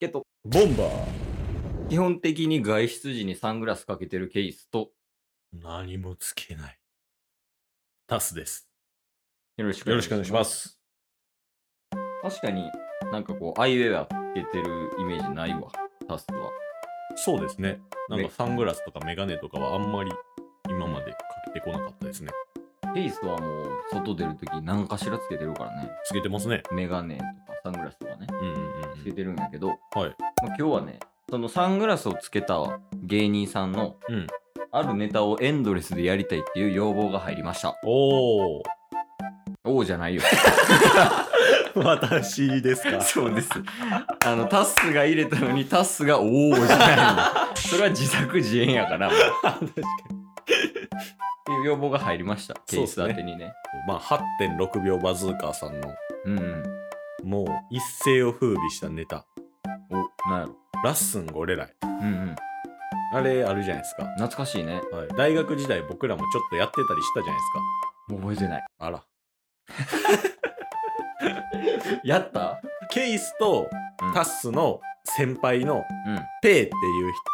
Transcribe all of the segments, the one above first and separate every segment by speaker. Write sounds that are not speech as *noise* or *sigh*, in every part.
Speaker 1: けど、
Speaker 2: ボンバー。
Speaker 1: 基本的に外出時にサングラスかけてるケースと、
Speaker 2: 何もつけない。タスです。
Speaker 1: よろしく。
Speaker 2: よろしくお願いしますす。
Speaker 1: 確かになんかこう、アイウェアつけてるイメージないわ、タスは。
Speaker 2: そうですね。なん
Speaker 1: ね
Speaker 2: かサングラスとかメガネとかはあんまり今までかけてこなかったですね。
Speaker 1: ケースはもう、外出るとき何かしらつけてるからね。
Speaker 2: つけてますね。
Speaker 1: メガネとかサングラスとかね、
Speaker 2: うんうんうん
Speaker 1: つけてるんやけど、
Speaker 2: うん。はい。
Speaker 1: まあ、今日はね、そのサングラスをつけた芸人さんの、
Speaker 2: うん
Speaker 1: あるネタをエンドレスでやりたいっていう要望が入りました。
Speaker 2: おー。
Speaker 1: おうじゃないよ。
Speaker 2: 私です *laughs* か
Speaker 1: そうです。あの、タッスが入れたのに、タッスが、おおじゃないの。それは自作自演やから、もう
Speaker 2: 確かに。
Speaker 1: っていう要望が入りました。ケ
Speaker 2: そう
Speaker 1: ー
Speaker 2: っ
Speaker 1: ス
Speaker 2: すね
Speaker 1: 当てにね。
Speaker 2: まあ8.6秒バズーカーさんの
Speaker 1: うんうん。
Speaker 2: もう一世を風靡したネタ。
Speaker 1: お、なんやろ。
Speaker 2: ラッスンゴレライ。
Speaker 1: うんうん。
Speaker 2: あれあるじゃないですか。
Speaker 1: 懐かしいね。
Speaker 2: はい。大学時代僕らもちょっとやってたりしたじゃないです
Speaker 1: もう覚えてない。
Speaker 2: か。あら。 *laughs*
Speaker 1: やった
Speaker 2: ケイスと
Speaker 1: うん
Speaker 2: タッスの先輩の
Speaker 1: うん。
Speaker 2: ペイっていう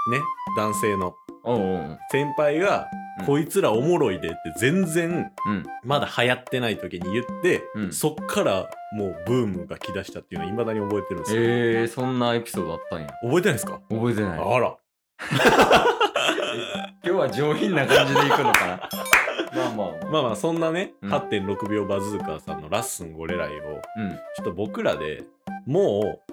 Speaker 2: 人ね、男性の
Speaker 1: おうおう
Speaker 2: 先輩が、
Speaker 1: うん
Speaker 2: こいつらおもろいでって全然
Speaker 1: おう。うん。
Speaker 2: まだ流行ってない時に言って、
Speaker 1: うん
Speaker 2: そっからもうブームが来だしたっていうのはいまだに覚えてるんですよ。
Speaker 1: えー、そんなエピソードあったんや。
Speaker 2: 覚えてないですか、
Speaker 1: 覚えてない。今
Speaker 2: あら。
Speaker 1: 日は上品な感じでいくのかな。まあまあ
Speaker 2: まあまあそんなね、
Speaker 1: うん
Speaker 2: 8.6秒バズーカーさんのラッスンゴレライを
Speaker 1: あ。うん。
Speaker 2: ちょっと僕らでもう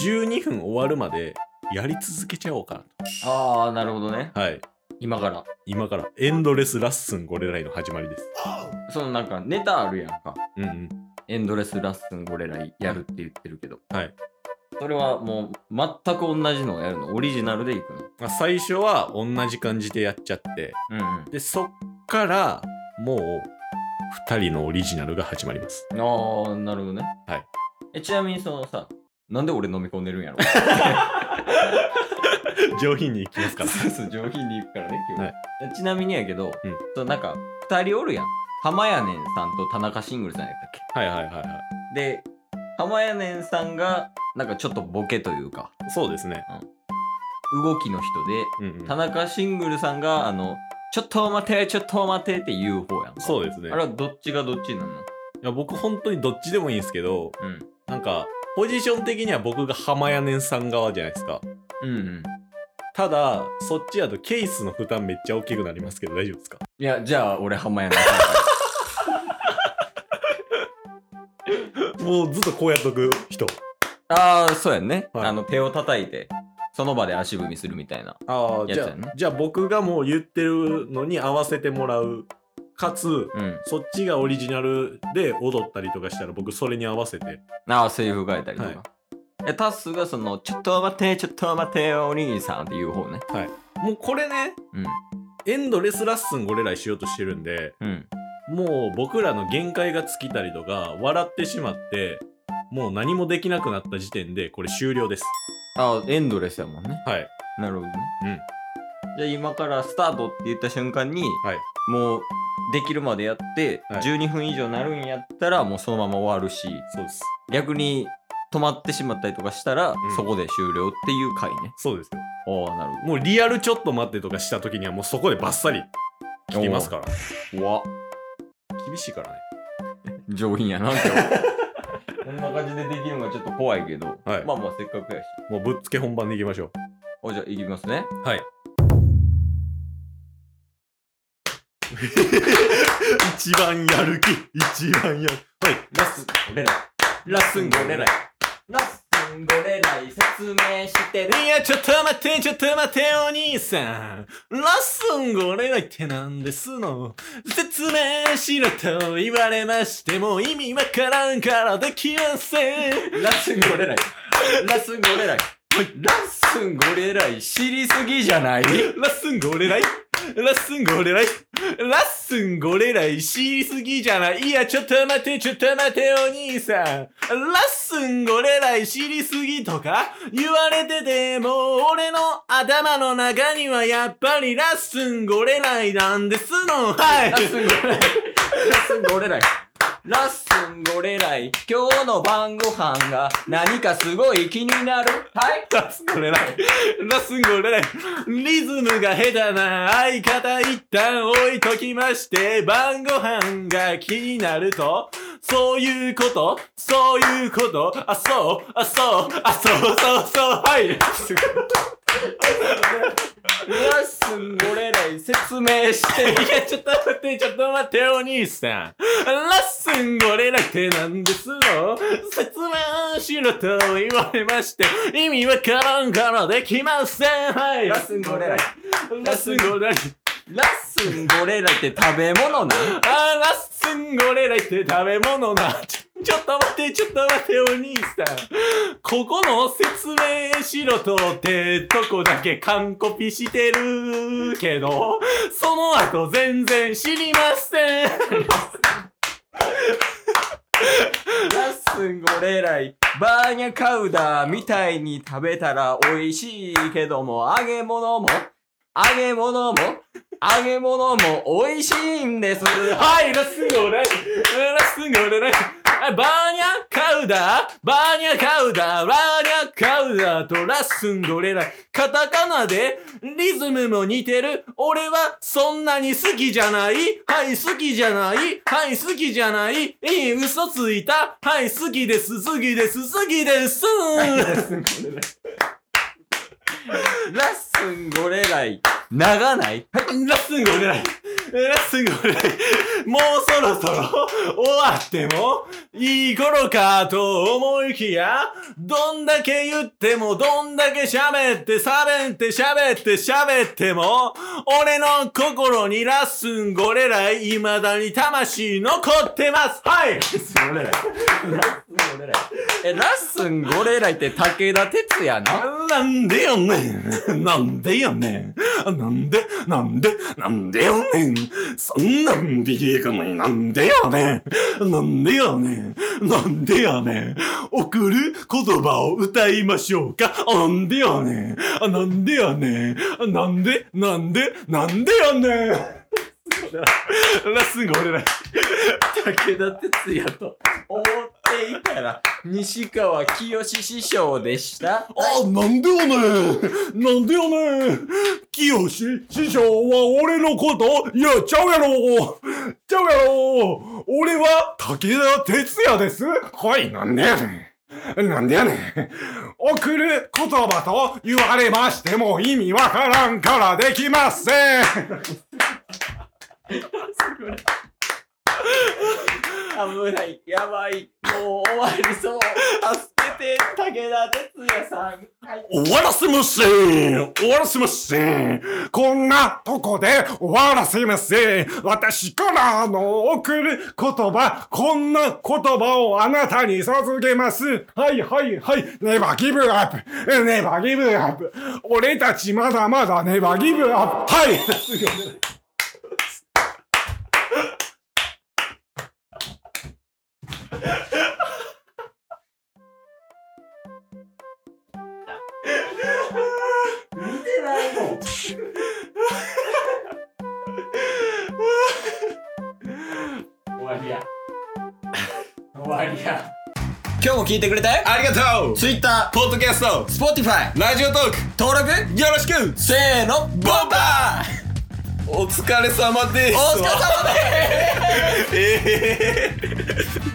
Speaker 2: 12分終わるまでやり続けちゃおうかな
Speaker 1: ああ、なるほどね。
Speaker 2: と。はい。
Speaker 1: 今から。
Speaker 2: 今からエンドレスラッスンゴレライの始まりです。
Speaker 1: そのなんかネタあるやんか。
Speaker 2: うんうん。
Speaker 1: エンドレスラッスン俺らやるって言ってるけど。
Speaker 2: はい。
Speaker 1: それはもう全く同じのをやるの。オリジナルでいくの。
Speaker 2: まあ、最初は同じ感じでやっちゃって、
Speaker 1: うん
Speaker 2: で、そっからもう2人のオリジナルが始まります。
Speaker 1: うん。ああ、なるほどね。
Speaker 2: はい。
Speaker 1: え、ちなみにそのさ、なんで俺飲み込んでるん
Speaker 2: *laughs*
Speaker 1: やろ
Speaker 2: *laughs* 上品にいきますから。
Speaker 1: そうそう、上品にいくからね、今日。
Speaker 2: はい
Speaker 1: ちなみにやけど、
Speaker 2: うん
Speaker 1: そのなんか、二人おるやん。浜やねんさんと田中シングルさんやったっけ
Speaker 2: *laughs* はいはいはいはい。
Speaker 1: で、浜やねんさんが、なんかちょっとボケというか、
Speaker 2: そうですね。
Speaker 1: 動きの人で、
Speaker 2: うん、う
Speaker 1: 田
Speaker 2: ん。
Speaker 1: 中シングルさんが、あの、ちょっと待て、ちょっと待てって言う方やんか。
Speaker 2: そうですね。
Speaker 1: あれはどっちがどっちなの
Speaker 2: いや僕本当にどっちでもいいんですけど、
Speaker 1: うん。
Speaker 2: なんか、ポジション的には僕が浜屋根さん側じゃないですか。
Speaker 1: うんうん。
Speaker 2: ただ、そっちやとケースの負担めっちゃ大きくなりますけど大丈夫ですか
Speaker 1: いや、じゃあ俺浜やな。
Speaker 2: *laughs* もうずっとこうやっとく人。
Speaker 1: *laughs* ああ、そうやんね。
Speaker 2: はい
Speaker 1: あの、手を叩いて、その場で足踏みするみたいな。
Speaker 2: ああ、じ
Speaker 1: やつ
Speaker 2: ゃ
Speaker 1: やね
Speaker 2: あ、じゃあ僕がもう言ってるのに合わせてもらう。かつ、
Speaker 1: うん。
Speaker 2: そっちがオリジナルで踊ったりとかしたら僕それに合わせて
Speaker 1: ああ、セリフ変えたりと
Speaker 2: はい
Speaker 1: か。えタッスがその、ちょっと待て、ちょっと待て、お兄さんっていう方ね。
Speaker 2: もうこれね
Speaker 1: うん。
Speaker 2: エンドレスラッスンごレライしようとしてるんで
Speaker 1: うん。
Speaker 2: もう僕らの限界が尽きたりとか笑ってしまってもう何もできなくなった時点でこれ終了です
Speaker 1: ああ、エンドレスやもんね。
Speaker 2: はい
Speaker 1: なるほどね。うん。じゃあ今からスタートって言った瞬間に、
Speaker 2: はい
Speaker 1: もう、できるまでやって、
Speaker 2: はい
Speaker 1: 12分以上なるんやったら、もうそのまま終わるし、
Speaker 2: そうです
Speaker 1: 逆に、止まってしまったりとかしたら、
Speaker 2: ん
Speaker 1: そこで終了っていう回ね。
Speaker 2: そうですよ
Speaker 1: ああ、なるほ
Speaker 2: もうリアルちょっと待ってとかした時にはもうそこでバッサリ切りますから
Speaker 1: ど。うわ
Speaker 2: 厳しいからね
Speaker 1: 上品やな今 *laughs* 日こんな感じでできるのがちょっと怖いけど、
Speaker 2: はい
Speaker 1: まあまあせっかくやし
Speaker 2: もうぶっつけ本番でいきましょ
Speaker 1: おじゃあいきますね
Speaker 2: うはい一番やる気一番やるはい
Speaker 1: ラスレララスンゴレライラスンゴレライ説明してね
Speaker 2: いや、ちょっと待って、ちょっと待って、お兄さん。ラスンゴレライって何ですの説明しろと言われましても意味わからんからできません。
Speaker 1: ラスンゴレライラスンゴレライラスンゴレライ知りすぎじゃない
Speaker 2: ラスンゴレライラスンゴレライラスンゴレライ知りすぎじゃないいや、ちょっと待って、ちょっと待って、お兄さん。ラスンゴレライ知りすぎとか言われてても、俺の頭の中にはやっぱりラスンゴレライなんですの。はい
Speaker 1: ラ。スンゴレライラスンゴレライラッスンゴレライ今日の晩ご飯が何かすごい気になるはい
Speaker 2: ラスゴレライ。ラスゴレライ。リズムが下手な相方一旦置いときまして、晩ご飯が気になると、そういうこと、そういうこと、あ、そう、あ、そう、あ、そう、そう、そう、はい。
Speaker 1: ラッスンゴレライ説明して
Speaker 2: いや、ちょっと待って、ちょっと待って、お兄さん。ラッスンゴレラってなんですの説明しろと言われまして、意味わからんからできません。はい。
Speaker 1: ラッスンゴレライ。
Speaker 2: ラッスンゴレライ。
Speaker 1: ラッスンゴレライって食べ物なん
Speaker 2: あー、ラッスンゴレライって食べ物な。ちょちょっと待って、ちょっと待って、お兄さん。ここの説明しろとってとこだけ完コピしてるけど、その後全然知りません。
Speaker 1: ラッスンゴレライバーニャカウダみたいに食べたら美味しいけども揚げ物も揚げ物も揚げ物も美味しいんです
Speaker 2: はい、ラスゴレラスゴレラバーニャカウダーバーニャカウダーバーニャカウダーとラッスンゴレラカタカナでリズムも似てる俺はそんなに好きじゃないはい、好きじゃないはい、好きじゃないいい、嘘ついたはい、好きです、好きです、好きです
Speaker 1: ラッスンゴレライ長ない
Speaker 2: ラッスンゴレライラッスンゴレライもうそろそろ終わってもいい頃かと思いきや、どんだけ言っても、どんだけ喋って、喋って、喋って、喋っても、俺の心にラッスンゴレライ、未だに魂残ってますはいラッスンゴレライ
Speaker 1: えラッスンゴレライって武田鉄矢な
Speaker 2: なんでよねん。なんでよねん。なんで、なんで、なんでよねん。そんなんでいいかない。なんでよねん。なんでよねん。なんでよねん。送る言葉を歌いましょうか。なんでよねん。あなんでよねん。なんで、なんで、なんでよねん。ラスゴ俺ら。
Speaker 1: 武田鉄矢と思っていたら西川きよし師匠でした
Speaker 2: あ、なんでよねなんでよね清志師匠は俺のこといや、ちゃうやろちゃうやろ俺は武田鉄矢ですはい、なんでやねん。なんでやねん。送る言葉と言われましても意味わからんからできません。
Speaker 1: 危ないやばいもう終わりそう助けて武田鉄矢さんはい
Speaker 2: 終わらせません終わらせませんこんなとこで終わらせません私からの送る言葉、こんな言葉をあなたに授けますはいはいはい !Never give up!Never give up! 俺たちまだまだ Never give up! はい
Speaker 1: 見てないもん終わりや終わりや今日も聞いてくれたよ
Speaker 2: ありがとう
Speaker 1: Twitter、
Speaker 2: ポッドキャスト、
Speaker 1: Spotify
Speaker 2: ラジオトー
Speaker 1: 登録
Speaker 2: ク、よろしく
Speaker 1: せーのボンバー
Speaker 2: お疲れ様で
Speaker 1: お疲れ様です
Speaker 2: え